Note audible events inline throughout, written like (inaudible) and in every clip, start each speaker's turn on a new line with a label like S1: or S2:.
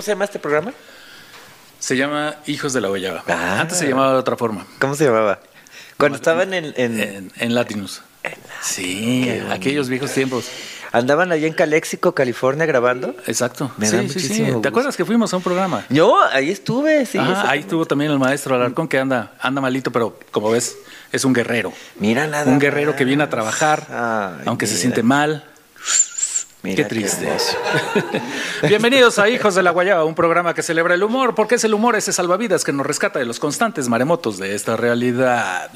S1: se llama este programa?
S2: Se llama Hijos de la Guayaba.
S1: Ah.
S2: Antes se llamaba de otra forma.
S1: ¿Cómo se llamaba? Cuando estaban en, en-
S2: En, en Latinus. Sí, aquellos viejos tiempos.
S1: Andaban allá en Calexico, California, grabando.
S2: Exacto.
S1: Me
S2: sí,
S1: da
S2: sí, sí.
S1: muchísimo gusto.
S2: ¿Te acuerdas que fuimos a un programa?
S1: Yo, ahí estuve, sí.
S2: Ajá,
S1: eso-
S2: ahí estuvo también el maestro Alarcón que anda, anda malito, pero como ves, es un guerrero.
S1: Mira nada.
S2: Un guerrero
S1: más.
S2: que viene a trabajar,
S1: Ay,
S2: aunque se
S1: mira,
S2: siente mal.
S1: mira
S2: Qué triste.
S1: hermoso.
S2: (laughs) Bienvenidos a Hijos de la Guayaba, un programa que celebra el humor, porque es el humor ese salvavidas que nos rescata de los constantes maremotos de esta realidad.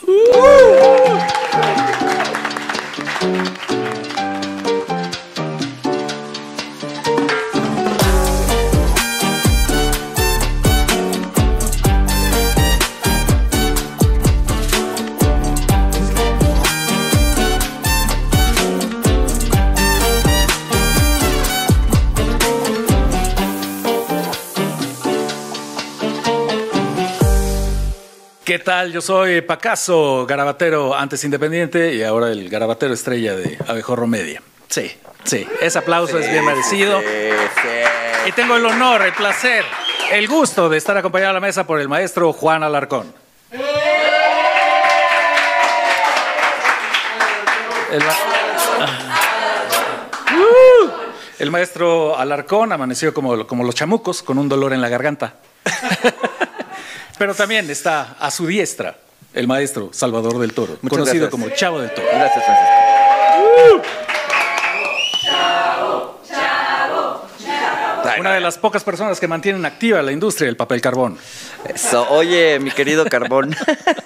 S2: ¿Qué tal? Yo soy Pacaso, garabatero antes independiente y ahora el garabatero estrella de Abejorro Media. Sí, sí, ese aplauso es bien merecido. Y tengo el honor, el placer, el gusto de estar acompañado a la mesa por el maestro Juan Alarcón. El, ma- (laughs) ¡Uh! El maestro Alarcón amaneció como, como los chamucos, con un dolor en la garganta. (laughs) Pero también está a su diestra el maestro Salvador del Toro,
S1: Muchas
S2: conocido
S1: gracias.
S2: como Chavo del Toro.
S1: Gracias, Francisco.
S2: Una de las pocas personas que mantienen activa la industria del papel carbón.
S1: Eso. Oye, mi querido Carbón.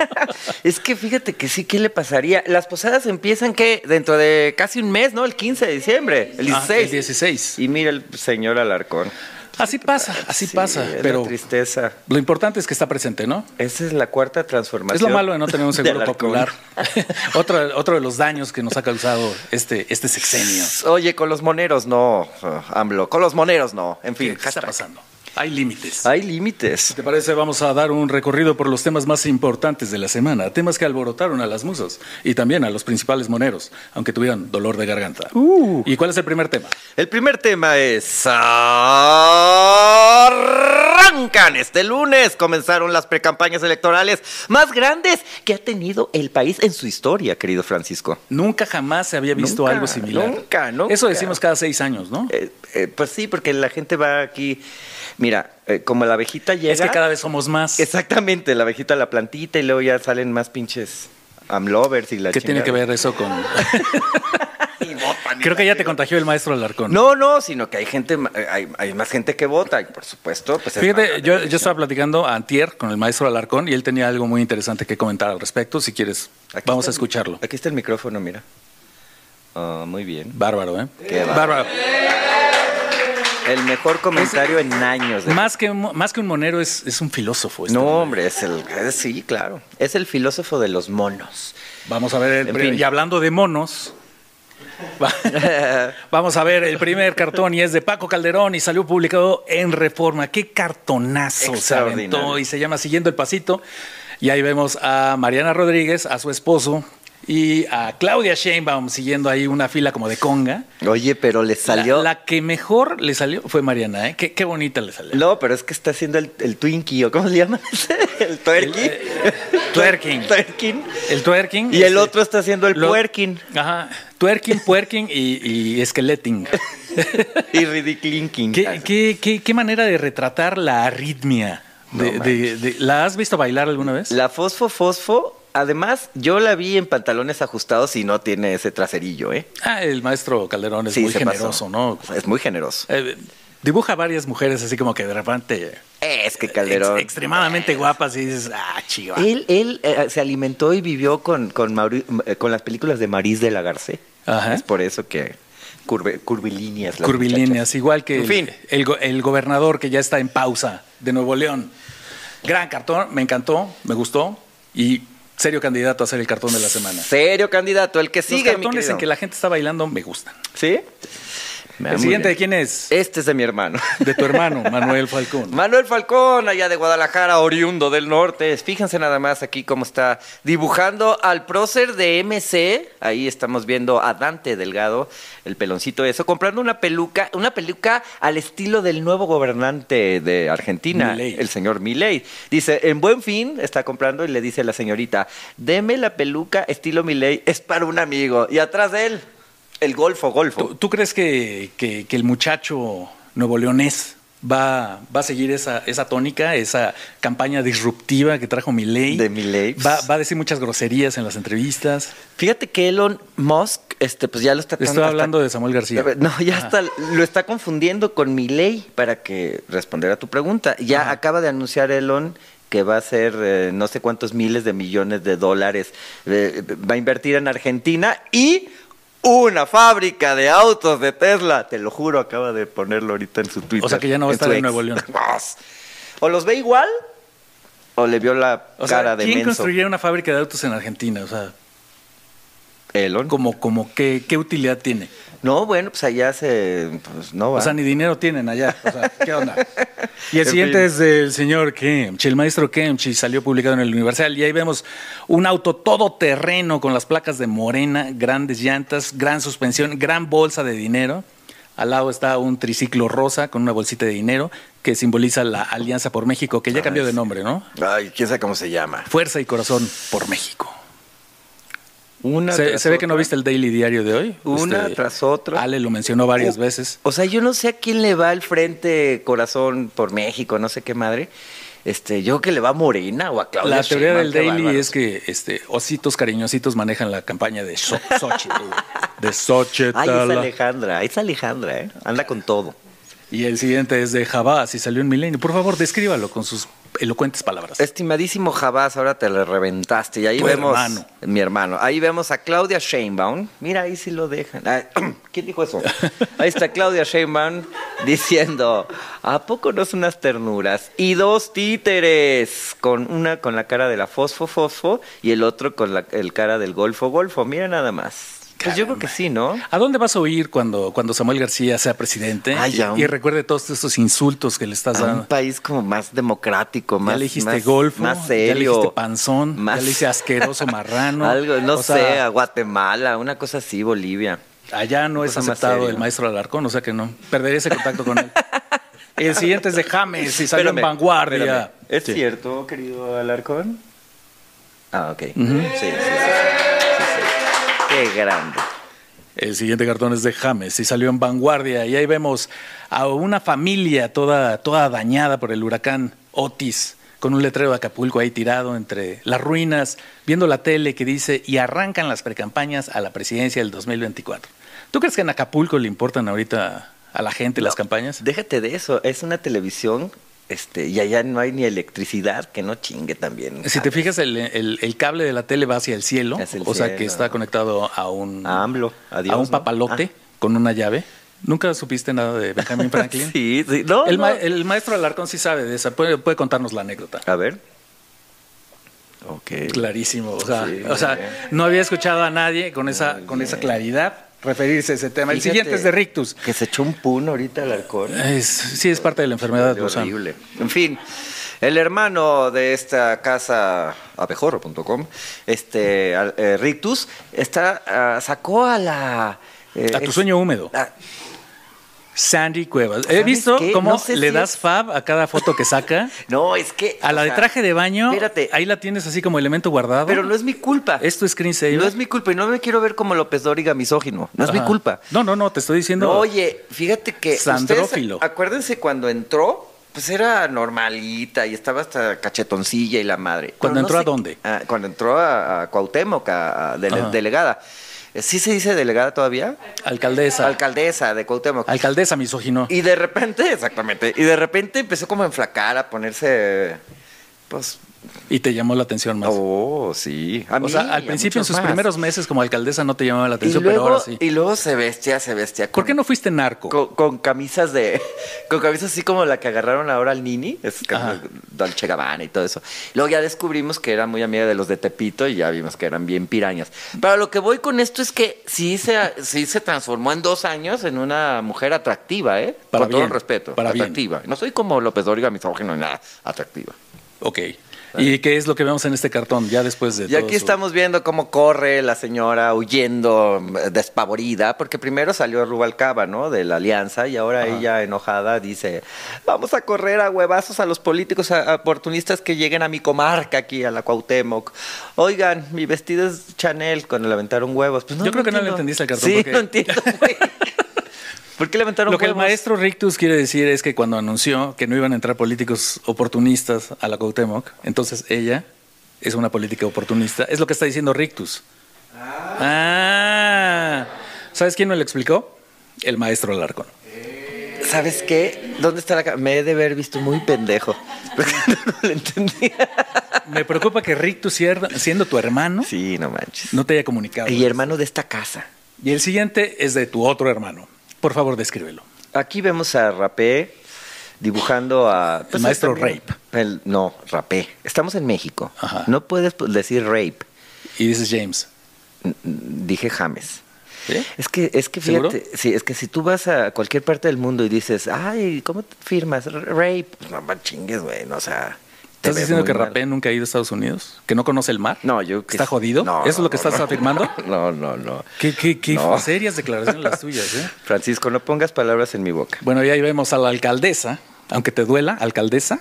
S1: (laughs) es que fíjate que sí, ¿qué le pasaría? Las posadas empiezan que dentro de casi un mes, ¿no? El 15 de diciembre, el 16.
S2: Ah, el 16.
S1: Y mira el señor Alarcón.
S2: Así pasa, así
S1: Sí,
S2: pasa.
S1: es la
S2: Pero
S1: tristeza.
S2: lo importante es que está presente, ¿no?
S1: Esa es la cuarta transformación.
S2: Es lo malo de no
S1: (laughs)
S2: tener un seguro
S1: Alarcón.
S2: popular. otro, otro de los daños que nos ha causado este, este sexenio.
S1: Oye, con los moneros no, ah, AMLO. Con los moneros no. En
S2: ¿Qué
S1: fin,
S2: está
S1: hashtag.
S2: pasando? Hay límites.
S1: Hay límites.
S2: ¿Te parece? Vamos a dar un recorrido por los temas más importantes de la semana, temas que alborotaron a las musas y también a los principales moneros, aunque tuvieran dolor de garganta.
S1: Uh.
S2: ¿Y cuál es el primer tema?
S1: El primer tema es. Arrancan. Este lunes comenzaron las precampañas electorales más grandes que ha tenido el país en su historia, querido Francisco.
S2: Nunca jamás se había visto
S1: Nunca,
S2: algo similar.
S1: nunca, nunca.
S2: Eso decimos cada seis años, ¿no?
S1: Eh, eh, pues sí, porque la gente va aquí. Mira, eh, como la abejita llega.
S2: es que cada vez somos más.
S1: Exactamente, la abejita a la plantita y luego ya salen más pinches amlovers y la
S2: ¿Qué tiene que
S1: chingada.
S2: ver eso con...? Creo que ya te contagió el maestro Alarcón.
S1: No, no, sino que hay gente, ma- hay, hay más gente que vota y por supuesto, pues es mala
S2: Fíjate, yo, yo
S1: decisión.
S2: estaba platicando antier con el maestro Alarcón y él tenía algo muy interesante que comentar al respecto. Si quieres,
S1: Aquí
S2: vamos
S1: está
S2: a
S1: el-
S2: escucharlo.
S1: Aquí está el micrófono, mira. Ah, muy bien.
S2: Bárbaro, ¿eh?
S1: Qué bárbaro.
S2: bárbaro.
S1: El mejor comentario en años. de-
S2: Más que, un mo- más que un monero es, es un filósofo. este
S1: no, hombre,
S2: hombre.
S1: es el. eh, Sí, claro. Es el filósofo de los monos. (laughs)
S2: Vamos a ver, el
S1: En
S2: pri-
S1: fin.
S2: y hablando de monos, (laughs) va- vamos a ver el primer cartón y es de Paco Calderón y salió publicado en Reforma. Qué cartonazo se aventó
S1: Extraordinario.
S2: y se llama Siguiendo el Pasito. Y ahí vemos a Mariana Rodríguez, a su esposo y a Claudia Sheinbaum siguiendo ahí una fila como de conga.
S1: Oye, pero le salió.
S2: La, la que mejor le salió fue Mariana, ¿eh? Qué, qué bonita le salió.
S1: No, pero es que está haciendo el, el Twinkie, ¿o cómo se llama? (laughs) el Twerking.
S2: El, eh,
S1: (laughs)
S2: twerking.
S1: twerking.
S2: El twerking.
S1: Y el
S2: este,
S1: otro está haciendo el
S2: lo-
S1: puerking.
S2: Ajá. Twerking, puerking y, y esqueleting.
S1: Y ridiclinking.
S2: ¿Qué, qué, qué- qué manera de retratar la arritmia? De-
S1: No
S2: de- de- ¿La has visto bailar alguna vez?
S1: La fosfo fosfo, además, yo la vi en pantalones ajustados y no tiene ese traserillo, ¿eh?
S2: Ah, el maestro Calderón es
S1: Sí,
S2: muy
S1: se pasó.
S2: generoso, ¿no?
S1: Es muy generoso.
S2: Eh, dibuja varias mujeres así como que de repente
S1: Es que
S2: ex-
S1: Calderón.
S2: extremadamente guapas y dices, ah, chiva.
S1: Él, él eh, se alimentó y vivió con, con, Mauri- eh, con las películas de Maris de la Garcé.
S2: Ajá.
S1: Es por eso que curve- curvilíneas. las
S2: Curvilíneas, igual que
S1: En
S2: el-
S1: fin.
S2: El, go- el gobernador que ya está en pausa de Nuevo León. Gran cartón, me encantó, me gustó y serio candidato a ser el cartón de la semana.
S1: muchachas. Serio candidato, el que sigue.
S2: Los
S1: mi
S2: cartones
S1: querido.
S2: en que la gente está bailando me gustan.
S1: ¿Sí? Me va
S2: ¿El
S1: muy
S2: siguiente de
S1: bien.
S2: quién es?
S1: Este es de mi
S2: (laughs)
S1: hermano.
S2: De tu hermano, Manuel Falcón.
S1: Manuel Falcón, allá de Guadalajara, oriundo del norte. Fíjense nada más aquí cómo está dibujando al prócer de MC. Ahí estamos viendo a Dante Delgado, el peloncito eso, comprando una peluca, una peluca al estilo del nuevo gobernante de Argentina,
S2: Milei.
S1: el señor Milei. Dice, en buen fin está comprando y le dice a la señorita, deme la peluca estilo Milei, es para un amigo. Y atrás de él, el golfo, golfo.
S2: ¿Tú, tú crees que, que- que el muchacho nuevo leonés va, va a seguir esa, esa tónica, esa campaña disruptiva que trajo Milei?
S1: De Milei. pues.
S2: Va, va a decir muchas groserías en las
S1: (laughs)
S2: entrevistas.
S1: Fíjate que Elon Musk, este, pues ya lo está
S2: Estoy
S1: tan-
S2: hablando de Samuel García.
S1: No, ya
S2: Ajá.
S1: está, lo está confundiendo con Milei para que responder a tu pregunta. Ya
S2: Ajá.
S1: acaba de anunciar Elon que va a ser eh, no sé cuántos miles de millones de dólares. eh, va a invertir en Argentina y una fábrica de autos de Tesla. Te lo juro, acaba de ponerlo ahorita en su Twitter.
S2: O sea que ya no va a
S1: en su
S2: estar en
S1: ex.
S2: Nuevo León.
S1: (laughs) o los ve igual o le vio la
S2: O sea,
S1: cara de
S2: ¿quién
S1: menso.
S2: construyó una fábrica de autos en Argentina? O sea,
S1: Elon.
S2: como, como qué, qué utilidad tiene.
S1: No, bueno, pues allá se. Pues no va.
S2: O sea, ni dinero tienen allá. O sea, ¿qué onda? Y el
S1: En
S2: siguiente
S1: fin.
S2: es del señor Kemchi, el maestro Kemchi, salió publicado en el Universal. Y ahí vemos un auto todoterreno con las placas de morena, grandes llantas, gran suspensión, gran bolsa de dinero. Al lado está un triciclo rosa con una bolsita de dinero que simboliza la Alianza por México, que ya cambió de nombre, ¿no?
S1: Ay, quién sabe cómo se llama.
S2: Fuerza y Corazón por México.
S1: Una
S2: Se,
S1: tras
S2: se ve que no
S1: otra.
S2: viste el Daily Diario de hoy. este,
S1: Una tras otra. Uh.
S2: Ale lo mencionó varias
S1: O-
S2: veces.
S1: O sea, yo no sé a quién le va el frente corazón por México, no sé qué madre. Este, yo creo que le va a Morena o a Claudia.
S2: La teoría
S1: Sheinbaum,
S2: del
S1: qué
S2: Daily
S1: bárbaros.
S2: es que este, ositos cariñositos manejan la campaña
S1: (laughs)
S2: de So- Xochitl. de Xochitl.
S1: Ay, es Alejandra, es Alejandra, ¿eh? Anda con todo.
S2: Y el siguiente es de Jabás y salió en Milenio. Por favor, descríbalo con sus elocuentes palabras.
S1: Estimadísimo Jabás, ahora te le reventaste. Y ahí
S2: Tu
S1: vemos.
S2: hermano.
S1: Mi hermano. Ahí vemos a Claudia Sheinbaum. Mira, ahí sí lo dejan. Ah, (clears throat) ¿Quién dijo eso? Ahí está Claudia Sheinbaum diciendo: ¿A poco no son unas ternuras? Y dos títeres. Con una con la cara de la Fosfo Fosfo y el otro con la el cara del Golfo Golfo. Mira nada más. Pues yo creo que sí, ¿no?
S2: ¿A dónde vas a oír cuando, cuando Samuel García sea presidente?
S1: Ay, ya, Ah, un-
S2: y, y recuerde todos estos insultos que le estás
S1: A un
S2: dando.
S1: país como más democrático, más.
S2: ya le dijiste
S1: más-
S2: golfo,
S1: más
S2: ya le
S1: serio.
S2: dijiste panzón,
S1: más-
S2: ya le dijiste asqueroso
S1: (laughs)
S2: marrano.
S1: Algo, no
S2: O
S1: sé,
S2: sea,
S1: a Guatemala, una cosa así, Bolivia.
S2: Allá no es
S1: Cosa más
S2: aceptado
S1: seria.
S2: el maestro Alarcón, o sea que no. Perderé ese
S1: (laughs)
S2: contacto con él. El siguiente es de James y salió
S1: Espérame,
S2: en Vanguardia.
S1: espérame. Este ¿Es
S2: Sí.
S1: cierto, querido Alarcón? Ah, ok. sí, sí, sí, sí, sí, sí. Qué grande.
S2: El siguiente cartón es de James y salió en Vanguardia. Y ahí vemos a una familia toda, toda dañada por el huracán Otis, con un letrero de Acapulco ahí tirado entre las ruinas, viendo la tele que dice y arrancan las precampañas a la presidencia del 2024. ¿Tú crees que en Acapulco le importan ahorita a la gente las campañas?
S1: Déjate de eso. Es una televisión este, y allá no hay ni electricidad, que no chingue también.
S2: Si te fijas, el, el- el cable de la tele va hacia el cielo,
S1: Hacia el
S2: o sea
S1: cielo.
S2: que está conectado a un,
S1: A AMLO, adiós,
S2: a un
S1: ¿no? Ah.
S2: papalote con una llave. ¿Nunca supiste nada
S1: (laughs)
S2: de Benjamin Franklin?
S1: Sí, sí. No,
S2: el,
S1: no.
S2: ma- el maestro Alarcón sí sabe de esa, puede, puede contarnos la anécdota.
S1: A ver. Ok.
S2: Clarísimo, o sea,
S1: Sí,
S2: o sea,
S1: muy bien.
S2: no había escuchado a nadie con esa,
S1: Muy
S2: con esa
S1: bien.
S2: claridad referirse a ese tema. el
S1: Fíjate
S2: siguiente es de Rictus.
S1: Que se echó un puno ahorita al alcohol.
S2: Es- sí, es parte de la enfermedad,
S1: Qué
S2: Lozano.
S1: horrible. En fin, el hermano de esta casa abejorro.com, este al- eh, Rictus, está ah, sacó a la eh,
S2: A tu
S1: ex-
S2: sueño húmedo.
S1: Ah,
S2: Sandy Cuevas. He
S1: ¿Sabes
S2: visto
S1: qué?
S2: cómo
S1: No sé
S2: le
S1: si
S2: das
S1: es-
S2: fab a cada foto que saca.
S1: (laughs) no, es que
S2: A la
S1: o
S2: de
S1: sea,
S2: traje de baño,
S1: espérate.
S2: ahí la tienes así como elemento guardado.
S1: Pero no es mi culpa.
S2: ¿Es tu screensaver?
S1: No es mi culpa y no me quiero ver como López Dóriga misógino. No es mi
S2: Ajá.
S1: culpa.
S2: No, no, no, te estoy diciendo.
S1: No, oye, fíjate que. ustedes,
S2: Sandrófilo.
S1: acuérdense cuando entró, pues era normalita y estaba hasta cachetoncilla y la madre. Pero
S2: ¿Cuando entró a
S1: sé-
S2: dónde?
S1: Ah, cuando entró a, a Cuauhtémoc, a, a dele-
S2: Ajá.
S1: delegada. Eh, ¿Sí se dice delegada todavía?
S2: alcaldesa.
S1: Alcaldesa de Cuauhtémoc.
S2: alcaldesa misógino.
S1: (laughs) y de repente, exactamente, y de repente empezó como a enflacar, a ponerse Pues,
S2: Y te llamó la atención más.
S1: oh, sí. A
S2: o
S1: mí,
S2: sea, al
S1: a
S2: principio, en
S1: muchos
S2: sus
S1: más.
S2: primeros meses como alcaldesa, no te llamaba
S1: Y
S2: la atención,
S1: luego,
S2: pero ahora sí.
S1: y luego se vestía, se vestía.
S2: ¿Por
S1: con-
S2: qué no fuiste narco?
S1: Con, con camisas de. (laughs) Con camisas así como la que agarraron ahora al Nini. Es
S2: Ajá.
S1: Dolce Gabbana y todo eso. Luego ya descubrimos que era muy amiga de los de Tepito y ya vimos que eran bien pirañas. Pero lo que voy con esto es que sí se, sí se transformó en dos años en una mujer atractiva, ¿eh?
S2: Para
S1: con todo
S2: bien,
S1: el respeto.
S2: para bien.
S1: atractiva. No soy como López Dóriga, misógino, ni nada. Atractiva.
S2: Ok. ¿Y qué es lo que vemos en este cartón ya después de
S1: Y
S2: todo
S1: aquí
S2: su-
S1: estamos viendo cómo corre la señora huyendo mm, despavorida, porque primero salió Rubalcaba, ¿no? De la alianza, y ahora ella enojada dice, vamos a correr a huevazos a los políticos a- a oportunistas que lleguen a mi comarca aquí, a la Cuauhtémoc. Oigan, mi vestido es Chanel, cuando le aventaron huevos. Pues no,
S2: Yo creo que no le
S1: entiendo.
S2: entendiste al cartón,
S1: Sí,
S2: porque-
S1: no entiendo,
S2: (laughs)
S1: güey. ¿Por qué le aventaron
S2: Lo que el
S1: huevos?
S2: maestro Rictus quiere decir es que cuando anunció que no iban a entrar políticos oportunistas a la Cuauhtémoc, entonces ella es una política oportunista. Es lo que está diciendo Rictus. Ah. ¿Sabes quién me lo explicó? El maestro Alarcón.
S1: ¿Sabes qué? ¿Dónde está la... ca- Me he de haber visto muy pendejo, (laughs) porque no lo entendía.
S2: Me preocupa que Rictus, sier- siendo tu hermano,
S1: Sí, no manches.
S2: no te haya comunicado.
S1: Y hermano de esta casa.
S2: Y el siguiente es de tu otro hermano. Por favor, descríbelo.
S1: Aquí vemos a Rapé dibujando a... pues,
S2: El maestro Rape.
S1: El- no, Rapé. Estamos en México.
S2: Ajá.
S1: No puedes pues, decir Rape.
S2: Y dices James.
S1: N- n- Dije James.
S2: ¿Sí?
S1: Es que, es que
S2: ¿Seguro?
S1: fíjate, sí, es que si tú vas a cualquier parte del mundo y dices, ay, ¿cómo te firmas? R- Rape. Pues No, man, chingues, güey. no, O sea... te ves
S2: ¿Estás diciendo
S1: muy
S2: que
S1: mal.
S2: Rapé nunca ha ido a Estados Unidos? ¿Que no conoce el mar?
S1: No, yo...
S2: ¿Está jodido?
S1: No,
S2: ¿Eso es
S1: no,
S2: lo que
S1: no,
S2: estás
S1: no.
S2: afirmando?
S1: (laughs) No, no, no.
S2: Qué, qué- qué
S1: No.
S2: serias declaraciones las tuyas, ¿eh?
S1: Francisco, no pongas palabras en mi boca.
S2: Bueno, y ahí vemos a la alcaldesa, aunque te duela, alcaldesa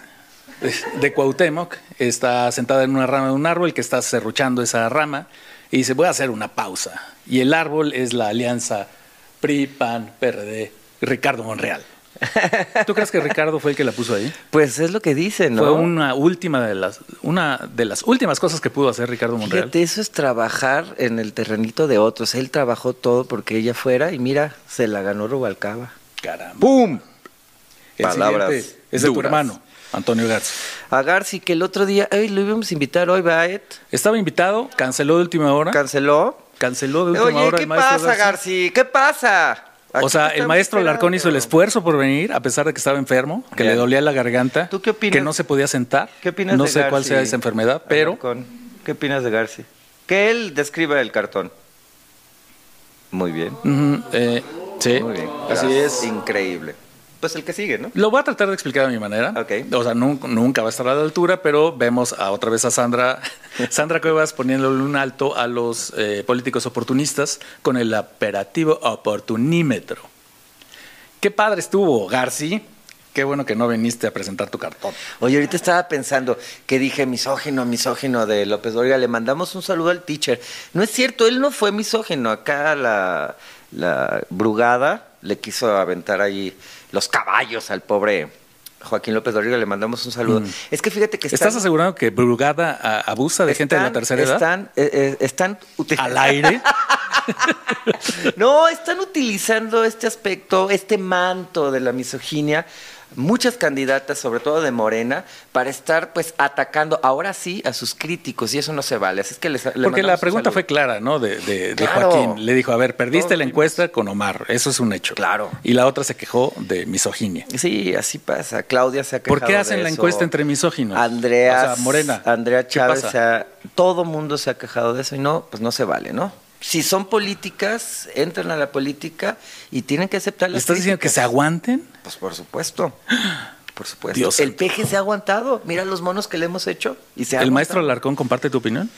S2: de Cuauhtémoc, está sentada en una rama de un árbol que está cerruchando esa rama y dice, voy a hacer una pausa. Y el árbol es la alianza PRI, PAN, PRD, Ricardo Monreal. ¿Tú crees que Ricardo fue el que la puso ahí?
S1: Pues es lo que dicen, ¿no?
S2: Fue una última de las, una de las últimas cosas que pudo hacer Ricardo Monreal.
S1: Fíjate, eso es trabajar en el terrenito de otros. Él trabajó todo porque ella fuera y mira, se la ganó Rubalcaba.
S2: Caramba.
S1: ¡Pum!
S2: El
S1: Palabras
S2: siguiente es de tu
S1: duras.
S2: hermano, Antonio Garza.
S1: A Garci, que el otro día, ey, lo íbamos a invitar hoy, Baet,
S2: Estaba invitado, canceló de última hora.
S1: canceló.
S2: canceló de última
S1: Oye,
S2: hora
S1: ¿qué
S2: el maestro.
S1: pasa,
S2: Garza.
S1: Garci? ¿Qué pasa? Aquí
S2: O sea,
S1: te
S2: el
S1: estamos
S2: maestro Alarcón hizo el
S1: esperando.
S2: esfuerzo por venir, a pesar de que estaba enfermo, que
S1: Bien.
S2: le dolía la garganta,
S1: ¿Tú qué opinas?
S2: que no se podía sentar.
S1: ¿Qué opinas
S2: No
S1: de
S2: sé cuál
S1: Garci,
S2: sea esa enfermedad, pero
S1: Alarcón? ¿Qué opinas de Garci? Que él describa el cartón. Muy bien.
S2: Ujú, eh, sí,
S1: Muy bien.
S2: así
S1: Gracias.
S2: es.
S1: Increíble. Pues el que sigue, ¿no?
S2: Lo voy a tratar de explicar de mi manera.
S1: Ok.
S2: O sea, nun- nunca, va a estar a la altura, pero vemos a otra vez a Sandra,
S1: (laughs)
S2: Sandra Cuevas poniéndole un alto a los eh, políticos oportunistas con el operativo oportunímetro. Qué padre estuvo, Garci. Qué bueno que no viniste a presentar tu cartón.
S1: Oye, ahorita estaba pensando que dije misógino, misógino de López Dóriga. Le mandamos un saludo al teacher. No es cierto, él no fue misógino. Acá la, la brugada le quiso aventar ahí los caballos al pobre Joaquín López Dóriga. Le mandamos un saludo. Es que fíjate que
S2: Mm. ¿Estás asegurando que Brugada a- abusa de gente de la
S1: están-
S2: tercera edad?
S1: Están, eh, eh, están utilizando.
S2: (laughs) Al aire.
S1: No, están utilizando este aspecto, este manto de la misoginia, muchas candidatas, sobre todo de Morena, para estar pues atacando ahora sí a sus críticos y eso no se vale. Así es que les, (laughs) le
S2: Porque
S1: mandamos
S2: la
S1: un
S2: pregunta
S1: saludo.
S2: fue clara, ¿no? De, de- de
S1: Claro.
S2: Joaquín. Le dijo, a ver, perdiste
S1: Todos
S2: la encuesta con Omar. Eso es un hecho.
S1: Claro.
S2: Y la otra se quejó de misoginia.
S1: Sí, así pasa. Claudia se ha
S2: ¿Por
S1: quejado
S2: qué
S1: de
S2: hacen la
S1: eso.
S2: encuesta entre misóginos?
S1: Andrea,
S2: O sea, Morena.
S1: Andrea
S2: ¿Qué
S1: Chávez,
S2: pasa?
S1: se ha- todo mundo se ha quejado de eso y no, pues no se vale, ¿no? Si son políticas, entran a la política y tienen que aceptar
S2: ¿Le
S1: las
S2: estás diciendo que
S1: críticas.
S2: se aguanten?
S1: Pues por supuesto. Por supuesto.
S2: Dios
S1: el
S2: santo.
S1: peje se ha aguantado. Mira los monos que le hemos hecho. Y se ha
S2: ¿El maestro
S1: aguantado.
S2: Alarcón comparte tu opinión?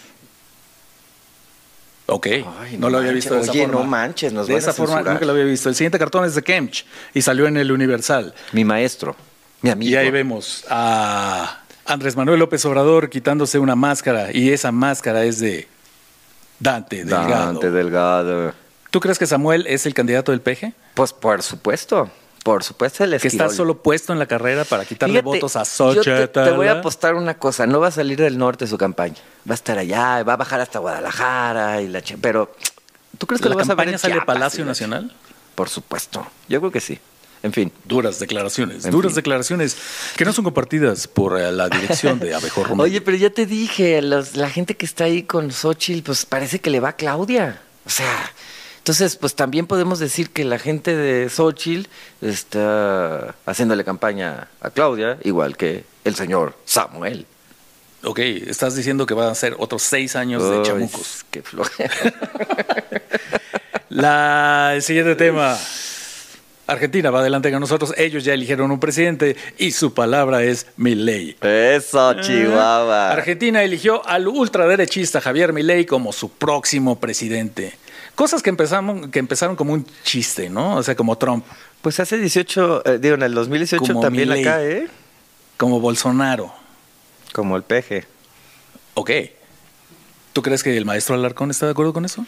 S2: Ok,
S1: Ay,
S2: no,
S1: no
S2: lo había
S1: manches.
S2: visto de esa
S1: Oye,
S2: forma.
S1: no manches, nos
S2: De
S1: van a
S2: esa forma
S1: censurar.
S2: nunca lo había visto. El siguiente cartón es de Kemch y salió en el Universal.
S1: Mi maestro. Mi amigo.
S2: Y ahí vemos a Andrés Manuel López Obrador quitándose una máscara y esa máscara es de Dante Delgado.
S1: Dante Delgado.
S2: ¿Tú crees que Samuel es el candidato del PG?
S1: Pues por supuesto. Por supuesto, el
S2: Que está
S1: esquirol.
S2: solo puesto en la carrera para quitarle
S1: Fíjate,
S2: votos a
S1: yo te,
S2: Xochitl.
S1: te voy a apostar una cosa. No va a salir del norte su campaña. Va a estar allá, va a bajar hasta Guadalajara y la ch- Pero, ¿tú crees que
S2: ¿La
S1: lo vas a ver
S2: campaña
S1: en
S2: sale de
S1: Chiapas y
S2: Palacio
S1: la ch-
S2: Nacional?
S1: Por supuesto. Yo creo que sí. En fin.
S2: Duras declaraciones,
S1: En
S2: duras
S1: fin.
S2: declaraciones que no son compartidas por eh, la dirección de
S1: (laughs)
S2: Abejorro Media.
S1: Oye, pero ya te dije, los- la gente que está ahí con Xochitl, pues parece que le va a Claudia. O sea, entonces, pues también podemos decir que la gente de Xochitl está haciéndole campaña a Claudia, igual que el señor Samuel.
S2: Ok, estás diciendo que van a ser otros seis años de
S1: Ay,
S2: chamucos.
S1: Qué flojera.
S2: La, el siguiente tema. Argentina va adelante con nosotros. Ellos ya eligieron un presidente y su palabra es Milei.
S1: (laughs)
S2: Ah. Eh,
S1: Eso, Oh, Chihuahua.
S2: Argentina eligió al ultraderechista Javier Milei como su próximo presidente. Cosas que empezamos, que empezaron como un chiste, ¿no? O sea, como Trump,
S1: Pues hace 18, eh, digo, en el 2018
S2: Como
S1: también
S2: Milei.
S1: acá, ¿eh?
S2: como Bolsonaro.
S1: Como el peje.
S2: Ok. ¿Tú crees que el maestro Alarcón está de acuerdo con eso?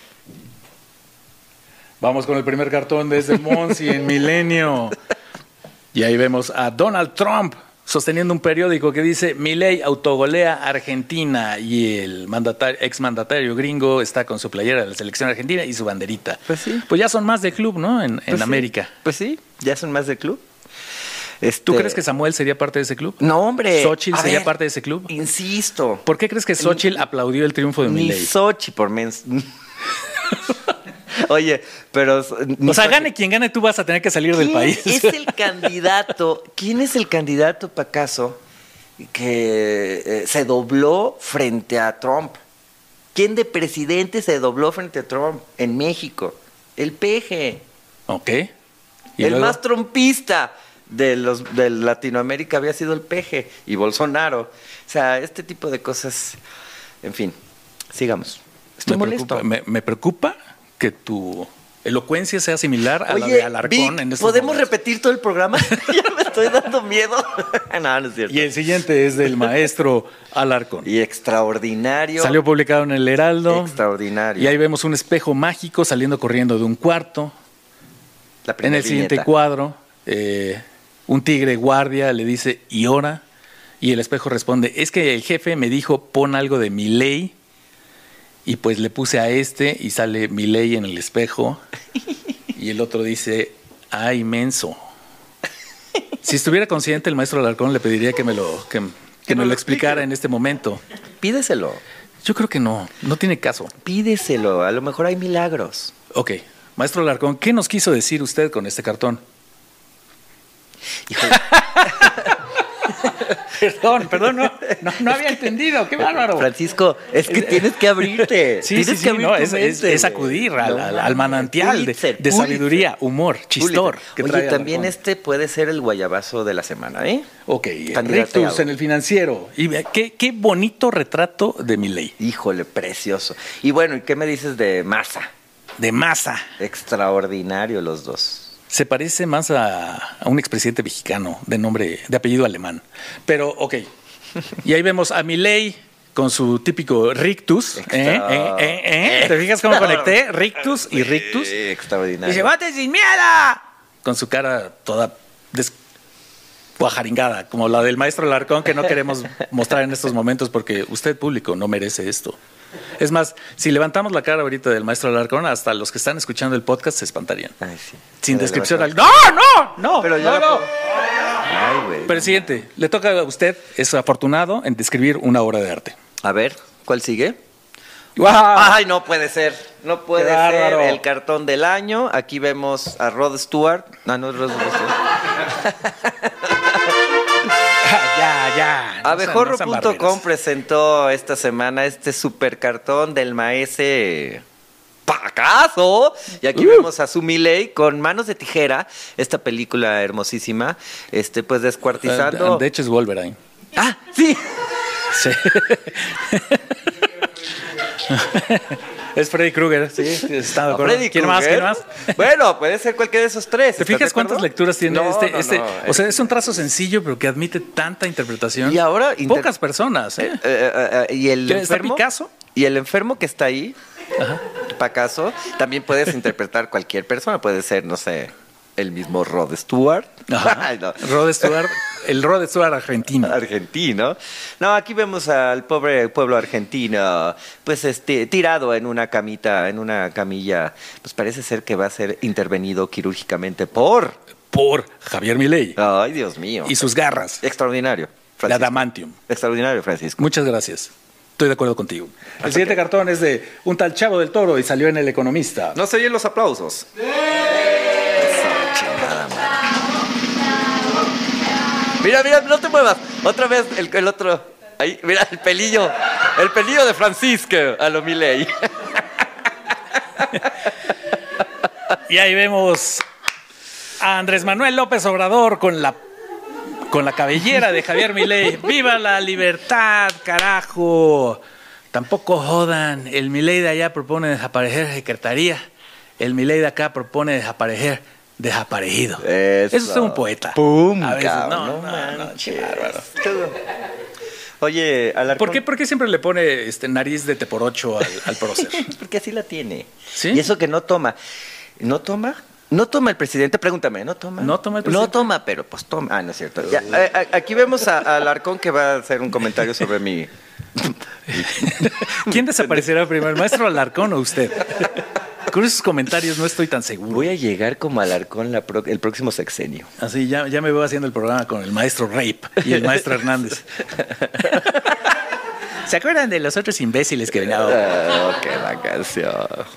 S2: Vamos con el primer cartón desde Monsi en Milenio. Y ahí vemos a Donald Trump sosteniendo un periódico que dice Milei autogolea a Argentina y el mandatario, exmandatario gringo está con su playera de la selección argentina y su banderita.
S1: Pues sí.
S2: Pues ya son más de club, ¿no? En, en
S1: Pues sí,
S2: América.
S1: Pues sí, ya son más del club.
S2: ¿Tú
S1: Este-
S2: crees que Samuel sería parte de ese club?
S1: No, hombre.
S2: ¿Xochitl
S1: A
S2: sería
S1: ver,
S2: parte de ese club?
S1: Insisto.
S2: ¿Por qué crees que Xochitl aplaudió el triunfo de
S1: Ni
S2: Milei?
S1: Sochi por menos. (laughs) Oye, pero.
S2: O sea, gane quien gane, tú vas a tener que salir del
S1: ¿Quién
S2: país.
S1: es
S2: (laughs)
S1: el candidato? ¿Quién es el candidato Pacaso que eh, se dobló frente a Trump? ¿Quién de presidente se dobló frente a Trump en México? El peje,
S2: ok. ¿Y
S1: el
S2: luego?
S1: más trompista de los de Latinoamérica había sido el peje y Bolsonaro. O sea, este tipo de cosas. En fin, sigamos. Estoy
S2: me
S1: molesto.
S2: Preocupa, me, me preocupa que tu elocuencia sea similar a la
S1: Oye,
S2: de Alarcón
S1: Vic,
S2: en estos
S1: ¿podemos
S2: momentos.
S1: repetir todo el (laughs) programa? ya me estoy dando miedo. (laughs) no, no es cierto.
S2: Y el siguiente es del maestro Alarcón.
S1: Y extraordinario.
S2: Salió publicado en El Heraldo.
S1: Extraordinario.
S2: Y ahí vemos un espejo mágico saliendo corriendo de un cuarto.
S1: la
S2: En
S1: primera
S2: el siguiente
S1: viñeta.
S2: cuadro, eh, un tigre guardia le dice, ¿y ahora? Y el espejo responde, es que el jefe me dijo, pon algo de mi ley. Y pues le puse a este y sale mi ley en el espejo. Y el otro dice, ah, inmenso. Si estuviera consciente el maestro Alarcón le pediría que me lo, que, que me lo explicara en este momento.
S1: Pídeselo.
S2: Yo creo que no, no tiene caso.
S1: Pídeselo. A lo mejor hay milagros.
S2: Ok, maestro Alarcón, ¿qué nos quiso decir usted con este cartón?
S1: Híjole.
S2: (laughs) Perdón, perdón, no, no, no había entendido, qué bárbaro.
S1: Francisco, es que tienes que abrirte.
S2: Eh, (laughs) Sí,
S1: tienes
S2: sí,
S1: que
S2: sí,
S1: abrir
S2: no,
S1: tu
S2: es, es-
S1: mente,
S2: es
S1: güey.
S2: acudir al,
S1: No
S2: al-
S1: mames,
S2: al manantial de-
S1: Pulitzer,
S2: de,
S1: Pulitzer,
S2: sabiduría, humor, chistor.
S1: Pulitzer.
S2: que
S1: Oye,
S2: trae
S1: también
S2: Alarcón.
S1: este puede ser el guayabazo de la semana, ¿eh?
S2: Ok,
S1: Candidateado.
S2: Rictus en el financiero. Y vea, qué, qué bonito retrato de Miley,
S1: Híjole, precioso. Y bueno, ¿y qué me dices de Massa?
S2: de masa.
S1: Extraordinario los dos.
S2: Se parece más a, a un expresidente mexicano de nombre, de apellido alemán. Pero, ok. Y ahí vemos a Milei con su típico rictus. ¿eh? ¿Eh? ¿Eh? ¿Eh? ¿Te fijas cómo conecté? Rictus y rictus.
S1: Sí, extraordinario.
S2: Dice, ¡bate sin mierda! Con su cara toda des- cuajaringada, como la del maestro Larcón, que no queremos mostrar en estos momentos porque usted, público, no merece esto. Es más, si levantamos la cara ahorita del maestro Larcón, hasta los que están escuchando el podcast se espantarían.
S1: Ay, sí.
S2: Sin
S1: Pero
S2: descripción
S1: le vas
S2: al... ¡No, no!
S1: a-
S2: ¡No!
S1: Pero ya
S2: no,
S1: la
S2: no.
S1: puedo- Ay, güey.
S2: Pero el siguiente, le toca a usted, es afortunado, en describir una obra de arte.
S1: A ver, ¿cuál sigue?
S2: ¡Guau!
S1: Ay, no puede ser. No puede
S2: Ah. Qué
S1: ser
S2: bárbaro.
S1: el cartón del año. Aquí vemos a Rod Stewart. Ah, No, no es Rod Stewart.
S2: Ah, ya, ya. No sean- no sean
S1: Abejorro.com
S2: barreras.
S1: presentó esta semana este super cartón del maese Pacaso. Y
S2: Uh.
S1: aquí vemos a Sumiley con Manos de Tijera, esta película hermosísima, este pues descuartizando.
S2: Uh, De hecho es Wolverine.
S1: Ah,
S2: (laughs)
S1: sí.
S2: Sí. es Freddy Krueger. Sí, está de acuerdo.
S1: Freddy
S2: ¿Quién más? ¿Quién
S1: Krueger.
S2: más?
S1: Bueno, puede ser cualquiera de esos tres.
S2: ¿Te
S1: ¿estás de
S2: fijas cuántas
S1: acuerdo?
S2: lecturas tiene
S1: No,
S2: este,
S1: no,
S2: este-
S1: no,
S2: O sea, es un trazo sencillo, pero que admite tanta interpretación.
S1: Y ahora inter-
S2: Pocas personas, ¿eh? (laughs)
S1: Eh, eh, eh, y el
S2: ¿Quién está
S1: enfermo
S2: Picasso?
S1: y el enfermo que está ahí
S2: Ajá.
S1: Pacaso también puedes interpretar cualquier persona puede ser no sé el mismo Rod Stewart
S2: Ajá.
S1: (laughs) Ay, no.
S2: Rod Stewart, el Rod Stewart argentino.
S1: argentino no aquí vemos al pobre pueblo argentino pues este tirado en una camita en una camilla pues parece ser que va a ser intervenido quirúrgicamente por
S2: por Javier Milei
S1: Ay, Dios mío.
S2: y sus garras,
S1: Extraordinario.
S2: la
S1: Ah, eh, Francisco.
S2: Damantium.
S1: Extraordinario, Francisco.
S2: Muchas gracias. Estoy de acuerdo contigo. El siguiente cartón es de un tal Chavo del Toro y salió en El Economista.
S1: No se oyen los aplausos. Esa chingada madre. Mira, mira, no te muevas. Otra vez el, el otro. Ahí, mira, el pelillo. El pelillo de Francisco a lo Milei. Ah.
S2: Y ahí vemos a Andrés Manuel López Obrador con la con la cabellera de
S1: (laughs)
S2: Javier Milei. ¡Viva la libertad, carajo! Tampoco jodan. El Milei de allá propone desaparecer secretaría. El Milei de acá propone desaparecer desaparecido.
S1: Eso.
S2: Eso, es un poeta.
S1: ¡Pum!
S2: A veces,
S1: cabrón,
S2: no, no, no,
S1: manches.
S2: qué bárbaro.
S1: Todo. Oye, Alarcón.
S2: ¿Por qué, por qué siempre le pone este, nariz de teporocho al, al prócer?
S1: (laughs) Porque así la tiene.
S2: ¿Sí?
S1: Y eso que no toma. ¿No toma? No toma el presidente, pregúntame, ¿no toma?
S2: No toma el presidente.
S1: No toma, pero pues toma. Ah, no es cierto. Ya, a- a- aquí vemos a, a Alarcón que va a hacer un comentario sobre mi.
S2: (laughs) ¿Quién desaparecerá primero, el maestro Alarcón o usted? Con esos comentarios no estoy tan seguro.
S1: Voy a llegar como Alarcón la pro- el próximo sexenio.
S2: Así ya, ya me veo haciendo el programa con el maestro Rape y el maestro Hernández. ¿Se acuerdan de los otros imbéciles que venían?
S1: Ah, qué la canción.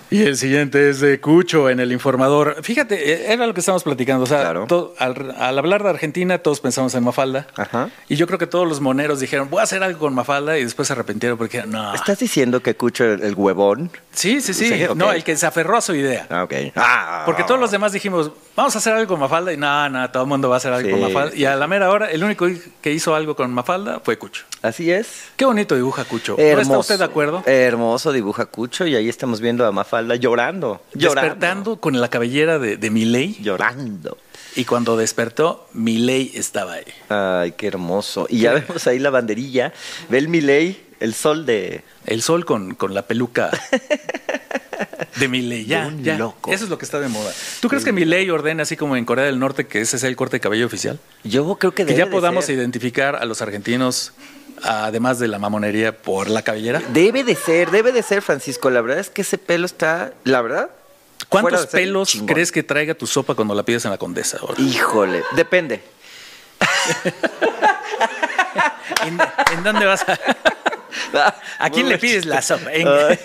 S2: Y el siguiente es de Cucho en El Informador. Fíjate, eh, era lo que estábamos platicando. O sea,
S1: Claro.
S2: to- al, al hablar de Argentina, todos pensamos en Mafalda.
S1: Ajá.
S2: Y yo creo que todos los moneros dijeron, voy a hacer algo con Mafalda y después se arrepintieron porque no.
S1: ¿Estás diciendo que Cucho el, el huevón?
S2: Sí, sí, sí.
S1: Sí, ok.
S2: No, el que se aferró a su idea.
S1: Ah, ok. Ah,
S2: Porque todos los demás dijimos, vamos a hacer algo con Mafalda y nada, nada, todo el mundo va a hacer algo
S1: Sí,
S2: con Mafalda.
S1: sí,
S2: Y a la mera hora, el único que hizo algo con Mafalda fue Cucho.
S1: Así es.
S2: Qué bonito dibuja Cucho. ¿No
S1: Hermoso. Eh,
S2: está usted de acuerdo?
S1: Hermoso dibuja Cucho y ahí estamos viendo a Mafalda llorando. Llorando.
S2: Despertando con la cabellera de, de Miley
S1: Llorando.
S2: y cuando despertó, Miley estaba ahí.
S1: Ay, qué hermoso. Y ya vemos ahí la banderilla. Ve el Miley, el sol de.
S2: El sol con, con la peluca de Miley. Ya,
S1: De un
S2: ya.
S1: loco.
S2: Eso es lo que está de moda. ¿Tú crees que Miley ordena así como en Corea del Norte que ese sea el corte de cabello oficial?
S1: Yo creo que
S2: Que
S1: debe
S2: ya
S1: de
S2: podamos
S1: ser.
S2: identificar a los argentinos, además de la mamonería, por la cabellera.
S1: Debe de ser, debe de ser, Francisco. La verdad es que ese pelo está. La verdad. fuera
S2: ¿Cuántos
S1: de serie,
S2: pelos
S1: chingón.
S2: crees que traiga tu sopa cuando la pides en la condesa? ahora?
S1: Híjole, depende.
S2: ¿En, en dónde
S1: (laughs)
S2: vas a.? ¿A quién le pides la sopa? En- (laughs)
S1: Ay,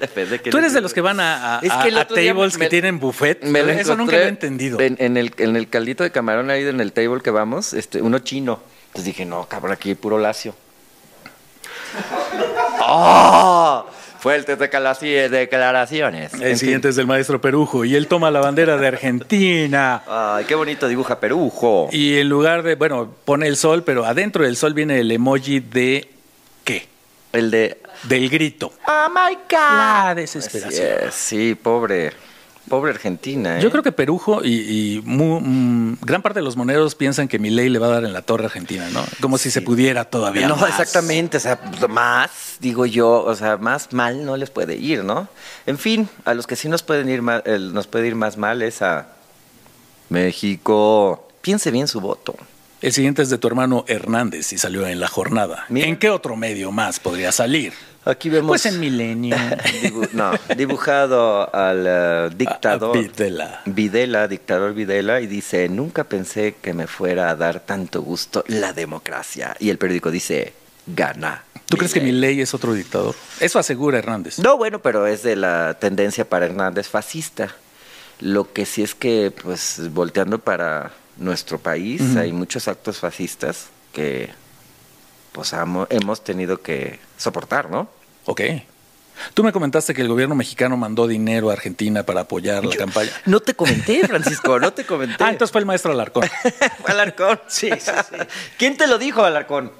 S1: depende que
S2: Tú
S1: le
S2: eres de
S1: pidas.
S2: los que van a, a-
S1: Es que el
S2: a- a
S1: otro día
S2: tables
S1: me-
S2: que tienen buffet.
S1: Me lo
S2: Eso nunca
S1: encontré
S2: lo he entendido.
S1: En, en el, en el caldito de camarón ahí en el table que vamos, este, uno chino. Entonces dije, no, cabrón, aquí hay puro
S2: (laughs)
S1: lacio. ¡Oh! Fuertes declaraci- declaraciones. En fin.
S2: El Eh, siguiente es del maestro Perujo y él toma la bandera de Argentina.
S1: Ay, qué bonito dibuja Perujo.
S2: Y en lugar de, bueno, pone el sol, pero adentro del sol viene el emoji de ¿qué?
S1: El de.
S2: Del grito.
S1: ¡Oh my God!
S2: La
S1: Así
S2: desesperación.
S1: es, sí, pobre. Pobre Argentina. ¿eh?
S2: Yo creo que Perujo y, y mu- mm, gran parte de los moneros piensan que Milei le va a dar en la torre argentina, ¿no? Como si se pudiera todavía.
S1: No,
S2: más.
S1: exactamente, o sea, más, digo yo, o sea, más mal no les puede ir, ¿no? En fin, a los que sí nos pueden ir mal, el- nos puede ir más mal es a México. Piense bien su voto.
S2: El siguiente es de tu hermano Hernández y salió en la jornada.
S1: Mira.
S2: ¿En qué otro medio más podría salir?
S1: Aquí vemos
S2: Pues en
S1: (laughs)
S2: Milenio.
S1: dibu- no, dibujado al eh, dictador
S2: A- a Videla.
S1: Videla, dictador Videla, y dice, nunca pensé que me fuera a dar tanto gusto la democracia. Y el periódico dice, gana.
S2: ¿Tú crees que
S1: Milei".
S2: Milei es otro dictador? Eso asegura Hernández.
S1: No, bueno, pero es de la tendencia para Hernández fascista. Lo que sí es que, pues, volteando para nuestro país, hay muchos actos fascistas que, pues, hamo- hemos tenido que soportar, ¿no?
S2: Ok. Tú me comentaste que el gobierno mexicano mandó dinero a Argentina para apoyar la
S1: (laughs)
S2: campaña.
S1: No te comenté, Francisco, no te comenté. (laughs)
S2: Ah, entonces fue el maestro Alarcón.
S1: Alarcón. Sí, sí, sí. ¿Quién te lo dijo, Alarcón?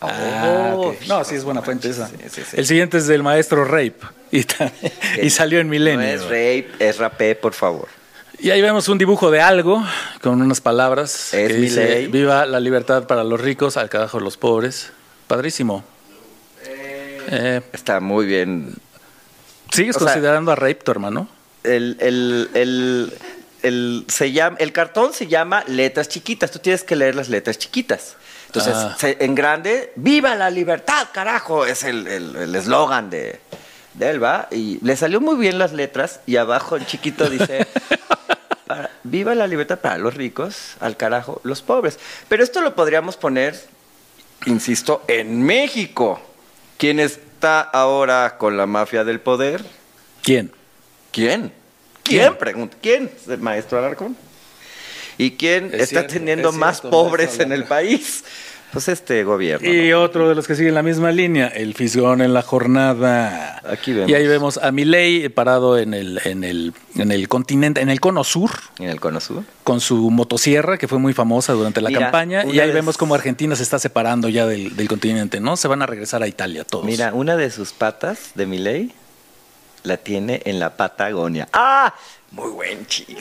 S2: Ah,
S1: Oh,
S2: ok. No, sí es buena fuente esa.
S1: Sí, sí, sí.
S2: El siguiente es del maestro Rape y, (laughs) también- y salió en Milenio.
S1: No es rape, es rapé, por favor.
S2: Y ahí vemos un dibujo de algo con unas palabras.
S1: Es
S2: que dice,
S1: Milei.
S2: Viva la libertad para los ricos, al carajo los pobres. Padrísimo. Eh,
S1: Está muy bien
S2: ¿Sigues
S1: O sea-
S2: considerando a Rape tu hermano?
S1: El, el, el, el- se llama, el cartón se llama letras chiquitas. Tú tienes que leer las letras chiquitas. Entonces,
S2: Ah.
S1: se- en grande, ¡Viva la libertad, carajo! Es el el- el eslogan de, de él, ¿va? Y le salió muy bien las letras y abajo en chiquito dice... para- viva la libertad para los ricos, al carajo los pobres. Pero esto lo podríamos poner, insisto, en México. ¿Quién está ahora con la mafia del poder?
S2: ¿Quién?
S1: ¿Quién? ¿Quién?
S2: ¿Quién?
S1: Pregunta. ¿Quién? ¿El maestro Alarcón? ¿Y quién
S3: Es
S1: está
S3: cierto,
S1: teniendo
S3: es
S1: más
S3: cierto,
S1: pobres
S3: maestro
S1: en el
S3: Alarcón.
S1: país? Pues este gobierno. ¿no?
S2: Y otro de los que siguen la misma línea, el fisgón en la jornada.
S1: Aquí vemos.
S2: Y ahí vemos a Milei parado en el, en el, en el continente, en el cono sur,
S1: En el Cono Sur.
S2: con su motosierra, que fue muy famosa durante la
S1: Mira,
S2: campaña. Y
S1: una
S2: ahí
S1: vez-
S2: vemos cómo Argentina se está separando ya del, del continente, ¿no? Se van a regresar a Italia todos.
S1: Mira, una de sus patas de Miley la tiene en la Patagonia. ¡Ah! Muy buen chiste.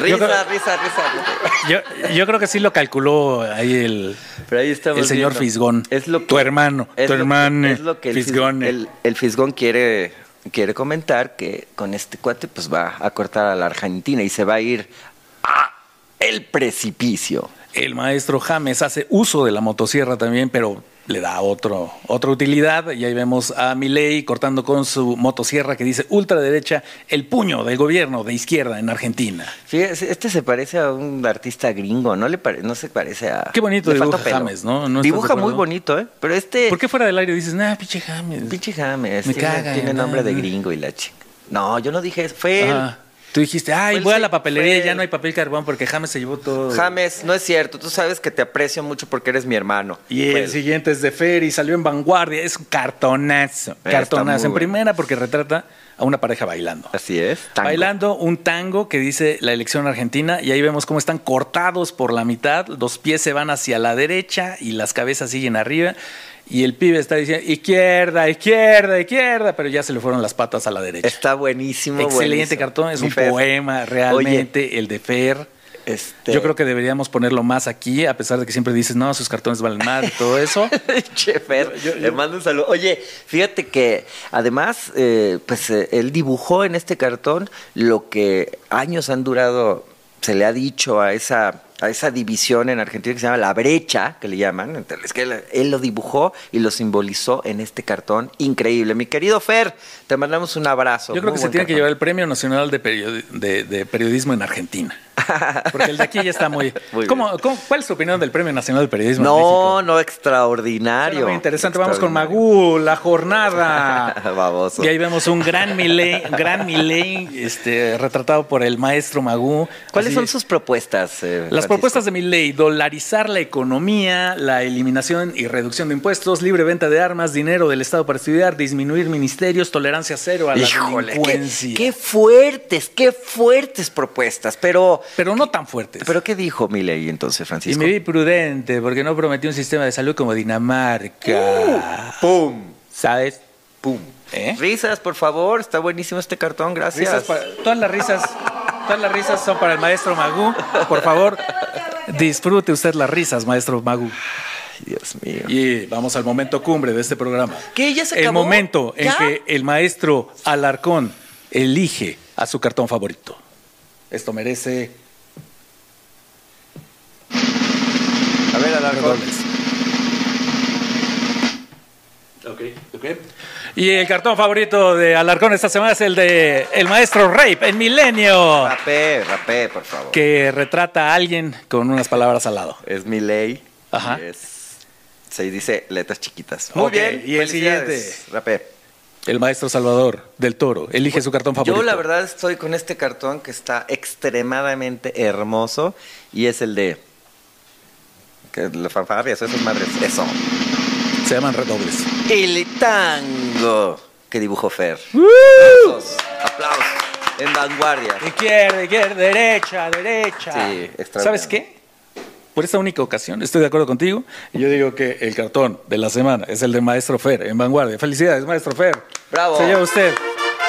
S1: Risa,
S2: creo-
S1: risa, risa, risa.
S2: Yo, yo creo que sí lo calculó ahí el,
S1: Pero ahí estamos
S2: el señor
S1: viendo.
S2: Fisgón.
S1: Es lo que-
S2: tu hermano,
S1: es
S2: tu
S1: lo que-
S2: hermano.
S1: es lo que el fis-
S2: Fisgón.
S1: el- el Fisgón quiere, quiere comentar que con este cuate pues va a cortar a la Argentina y se va a ir a el precipicio.
S2: El maestro James hace uso de la motosierra también, pero le da otro, otra utilidad. Y ahí vemos a Milei cortando con su motosierra que dice ultraderecha, el puño del gobierno de izquierda en Argentina.
S1: Fíjese, este se parece a un artista gringo, no le pare- no se parece a
S2: Qué bonito
S1: le falta
S2: dibuja
S1: pelo.
S2: James, ¿no? ¿No estás de
S1: dibuja muy
S2: acuerdo?
S1: bonito, ¿eh? Pero este
S2: ¿Por qué fuera del aire dices, nah, pinche James?
S1: Pinche James.
S2: Me
S1: tiene,
S2: caga,
S1: tiene
S2: ¿no?
S1: nombre de gringo y la chica. No, yo no dije eso. Fue
S2: Ah, Tú dijiste, ay,
S1: Fue el
S2: voy a
S1: se-
S2: la papelería
S1: fue
S2: y ya
S1: el-
S2: no hay papel carbón porque James se llevó todo.
S1: él. James, no es cierto. Tú sabes que te aprecio mucho porque eres mi hermano. Pues,
S2: Y
S1: Fue
S2: el
S1: él.
S2: siguiente es de Ferry, salió en Vanguardia, es un cartonazo.
S1: Está
S2: cartonazo
S1: muy
S2: en
S1: bueno.
S2: primera porque retrata a una pareja bailando.
S1: Así es. tango.
S2: Bailando un tango que dice la elección argentina y ahí vemos cómo están cortados por la mitad, los pies se van hacia la derecha y las cabezas siguen arriba y el pibe está diciendo izquierda, izquierda, izquierda, pero ya se le fueron las patas a la derecha.
S1: Está buenísimo.
S2: Excelente
S1: buenísimo.
S2: cartón, es
S1: Mi
S2: un
S1: Fer,
S2: poema realmente el de Fer.
S1: Este,
S2: Yo creo
S1: (laughs)
S2: que deberíamos ponerlo más aquí, a pesar de que siempre dices, no, sus cartones valen más y
S1: (laughs)
S2: todo eso.
S1: Che, Fer, le mando un saludo. Oye, fíjate que además, eh, pues eh, él dibujó en este cartón lo que años han durado, se le ha dicho a esa, a esa división en Argentina que se llama la brecha, que le llaman. Entonces, es que él, él lo dibujó y lo simbolizó en este cartón increíble. Mi querido Fer, te mandamos un abrazo.
S2: Yo creo
S1: Muy
S2: que se
S1: buen
S2: tiene que
S1: cartón.
S2: llevar el Premio Nacional de, Periodi- de- de Periodismo en Argentina. Porque el de aquí ya
S1: (laughs)
S2: está muy...
S1: Muy
S2: ¿Cómo- cómo- cuál es tu opinión del Premio Nacional de Periodismo? en
S1: No,
S2: México?
S1: no, extraordinario.
S2: Suena muy interesante. Vamos con
S1: Extraordinario.
S2: Magú, la jornada.
S1: (laughs) Baboso.
S2: Y ahí vemos un gran Milei, gran Milei, este, retratado por el maestro Magú.
S1: ¿Cuáles
S2: Así-
S1: son sus propuestas? eh,
S2: Las
S1: Francisco?
S2: propuestas de mi ley, dolarizar la economía, la eliminación y reducción de impuestos, libre venta de armas, dinero del Estado para estudiar, disminuir ministerios, tolerancia cero a la
S1: Híjole, qué,
S2: delincuencia.
S1: qué fuertes, qué fuertes propuestas. Pero,
S2: Pero no tan fuertes.
S1: pero ¿qué dijo Milei entonces,
S2: y
S1: Francisco?
S2: me vi prudente porque no prometí un sistema de salud como Dinamarca.
S1: ¡Pum!
S2: ¿Sabes?
S1: ¡Pum!
S2: ¿Eh?
S1: Risas, por favor. Está buenísimo este cartón, gracias.
S2: Risas para- todas las risas, todas las risas son para el maestro Magú. Por favor, disfrute usted las risas, maestro Magú.
S1: Ay, Dios mío.
S2: Y vamos al momento cumbre de este programa.
S1: ¿Qué? ¿Ya se
S2: El
S1: acabó?
S2: momento en
S1: ¿Ya?
S2: que el maestro Alarcón elige a su cartón favorito. Esto merece
S1: A ver, Alarcón.
S2: redobles. Y el cartón favorito de Alarcón esta semana es el de el maestro Rape, el milenio,
S1: Rapé, rapé, por favor.
S2: que retrata a alguien con unas palabras al lado.
S1: Es Milei.
S2: Ajá.
S1: Y es- Se dice letras chiquitas. Muy
S2: Ok,
S1: bien.
S2: y el
S1: felicidades,
S2: siguiente.
S1: Rapé.
S2: El maestro Salvador del Toro elige su cartón favorito.
S1: Yo la verdad estoy con este cartón que está extremadamente hermoso y es el de que la fanfarria, esas madres, eso.
S2: Se llaman redobles.
S1: El tango que dibujó Fer. Aplausos, aplausos. En vanguardia.
S2: Izquierda, izquierda, derecha, derecha.
S1: Sí, extraordinario.
S2: ¿Sabes qué? Por esta única ocasión, estoy de acuerdo contigo. y Yo digo que el cartón de la semana es el de Maestro Fer en vanguardia. Felicidades, Maestro Fer.
S1: Bravo.
S2: Se lleva usted.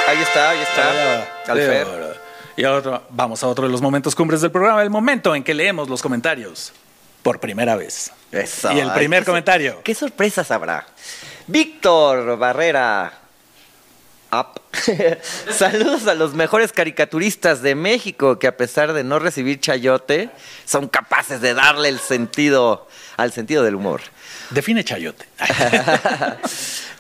S1: Ahí está, ahí está.
S2: Se
S1: Al
S2: lleva.
S1: Fer.
S2: Y ahora vamos a otro de los momentos cumbres del programa, el momento en que leemos los comentarios por primera vez.
S1: Eso.
S2: Y el
S1: Ay,
S2: primer
S1: qué sor-
S2: comentario.
S1: ¿Qué sorpresas habrá? Víctor Barrera. Up. (laughs) Saludos a los mejores caricaturistas de México que a pesar de no recibir chayote, son capaces de darle el sentido al sentido del humor.
S2: Define chayote.
S1: (laughs)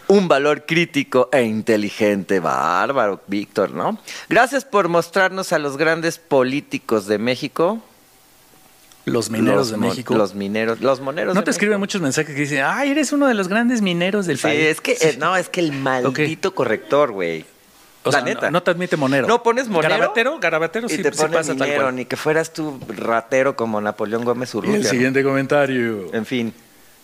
S1: un valor crítico e inteligente. Bárbaro, Víctor, ¿no? Gracias por mostrarnos a los grandes políticos de México.
S2: Los mineros
S1: Los
S2: de
S1: mon-
S2: México.
S1: Los mineros, los moneros
S2: no
S1: de
S2: te
S1: México.
S2: escriben muchos mensajes que dicen, ay, eres uno de los grandes mineros del
S1: Sí,
S2: país.
S1: es que,
S2: Sí.
S1: eh, no, es que el maldito corrector, güey.
S2: O
S1: La
S2: sea, no-
S1: neta.
S2: No, te admite monero.
S1: No pones monero.
S2: Garabatero, garabatero
S1: y
S2: sí,
S1: te
S2: sí
S1: pones
S2: pasa
S1: minero,
S2: tal cual.
S1: ni que fueras tú ratero como Napoleón Gómez
S2: Y
S1: Urrutia.
S2: el
S1: ¿no?
S2: siguiente comentario
S1: En fin.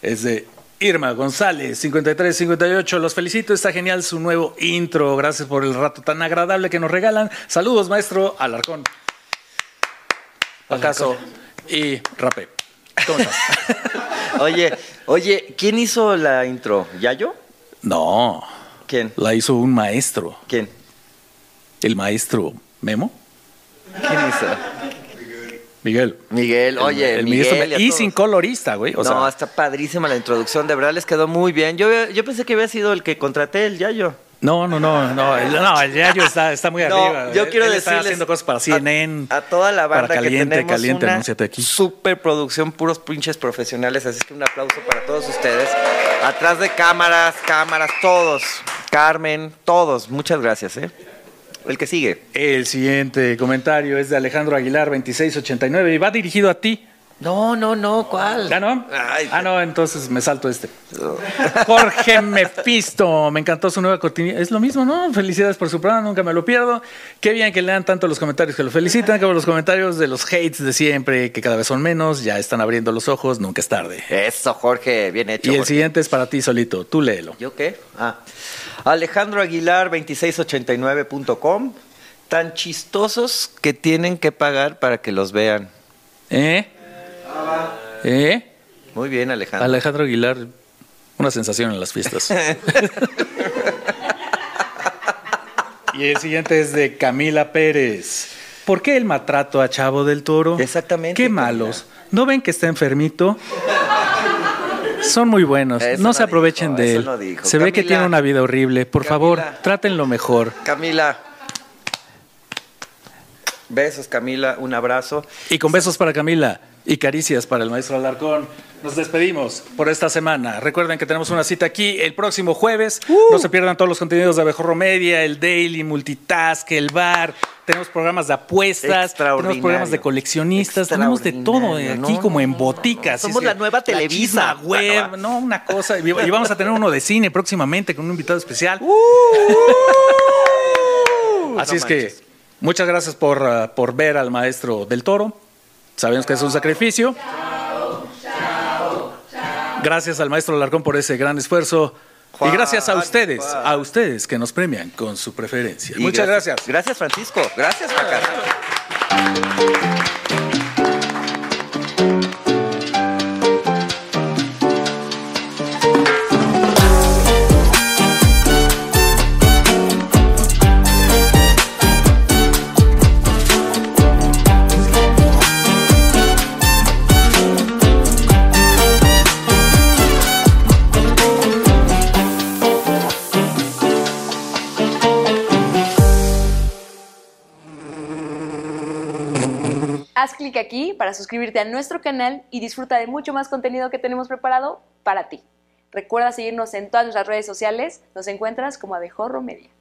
S2: es de Irma González, 5358. Los felicito, está genial su nuevo intro. Gracias por el rato tan agradable que nos regalan. Saludos, maestro Alarcón. Acaso y Rapé. ¿Cómo estás?
S1: (laughs) Oye, oye, ¿quién hizo la intro? ¿Yayo?
S2: no,
S1: ¿Quién?
S2: la hizo un maestro.
S1: ¿Quién?
S2: El maestro Memo,
S1: ¿Quién hizo?
S2: Miguel.
S1: Miguel, oye,
S2: El
S1: Miguel.
S2: ministro
S1: a
S2: Me- y
S1: todos.
S2: sin colorista, güey.
S1: no,
S2: O sea,
S1: está padrísima la introducción, de verdad les quedó muy bien. Yo, yo pensé que había sido el que contraté el Yayo.
S2: no, no, no, no, el- no, el Yayo está, está muy
S1: No,
S2: arriba.
S1: yo
S2: Él-
S1: quiero
S2: él Está
S1: decirles
S2: haciendo cosas para CNN.
S1: a, a toda la banda
S2: para caliente,
S1: que tenemos
S2: caliente,
S1: una
S2: anúnciate aquí.
S1: superproducción, puros pinches profesionales, así es que un aplauso para todos ustedes. Atrás de cámaras, cámaras, todos. Carmen, todos, muchas gracias, ¿eh? El que sigue.
S2: El siguiente comentario es de Alejandro Aguilar 2689 y va dirigido a ti.
S1: No, no, no, ¿cuál?
S2: ¿Ah, no?
S1: Ay,
S2: ah, no, entonces me salto este.
S1: (laughs)
S2: Jorge Mefisto, me encantó su nueva cortina. Es lo mismo, ¿no? Felicidades por su programa, nunca me lo pierdo. Qué bien que lean tanto los comentarios que lo felicitan, como los comentarios de los hates de siempre, que cada vez son menos, ya están abriendo los ojos, nunca es tarde.
S1: Eso, Jorge, bien hecho.
S2: Y el
S1: Jorge.
S2: siguiente es para ti solito, tú léelo.
S1: ¿Yo qué? Ah. Alejandro Aguilar, 2689.com. Tan chistosos que tienen que pagar para que los vean.
S2: ¿Eh? ¿Eh?
S1: Muy bien, Alejandro.
S2: Alejandro Aguilar, una sensación en las
S1: (laughs)
S2: fiestas. y el siguiente es de Camila Pérez. ¿Por qué el maltrato a Chavo del Toro?
S1: Exactamente,
S2: Qué
S1: Camila.
S2: malos. ¿No ven que está enfermito? Son muy buenos.
S1: Eso
S2: no,
S1: no
S2: se aprovechen
S1: dijo,
S2: de
S1: eso
S2: él.
S1: no dijo.
S2: Se ve que
S1: Camila,
S2: tiene una vida horrible. Por favor,
S1: Camila.
S2: trátenlo mejor.
S1: Camila. Besos, Camila. Un abrazo.
S2: Y con besos para Camila y caricias para el maestro Alarcón. Nos despedimos por esta semana. Recuerden que tenemos una cita aquí el próximo jueves.
S1: ¡Uh!
S2: No se pierdan todos los contenidos de Abejorro Media, el Daily, Multitask, el Bar. Tenemos programas de apuestas, tenemos
S1: Extraordinario.
S2: programas de coleccionistas, tenemos de todo eh,
S1: Extraordinario.
S2: aquí
S1: No,
S2: como
S1: no,
S2: en
S1: no,
S2: boticas.
S1: no. Somos la nueva Televisa.
S2: chisma web, no, una cosa. Y y vamos a tener uno de cine próximamente con un invitado especial.
S1: ¡Uh!
S2: (laughs) Así
S1: No
S2: es que
S1: manches.
S2: muchas gracias por, ah, por ver al maestro del toro. Sabemos que es un sacrificio. Gracias al maestro Larcón por ese gran esfuerzo.
S1: Juan,
S2: y gracias a ustedes,
S1: Juan.
S2: a ustedes que nos premian con su preferencia.
S1: Y
S2: Muchas gracias.
S1: Gracias, Francisco. Gracias, Paca.
S3: Haz clic aquí para suscribirte a nuestro canal y disfruta de mucho más contenido que tenemos preparado para ti. Recuerda seguirnos en todas nuestras redes sociales, nos encuentras como Abejorro Media.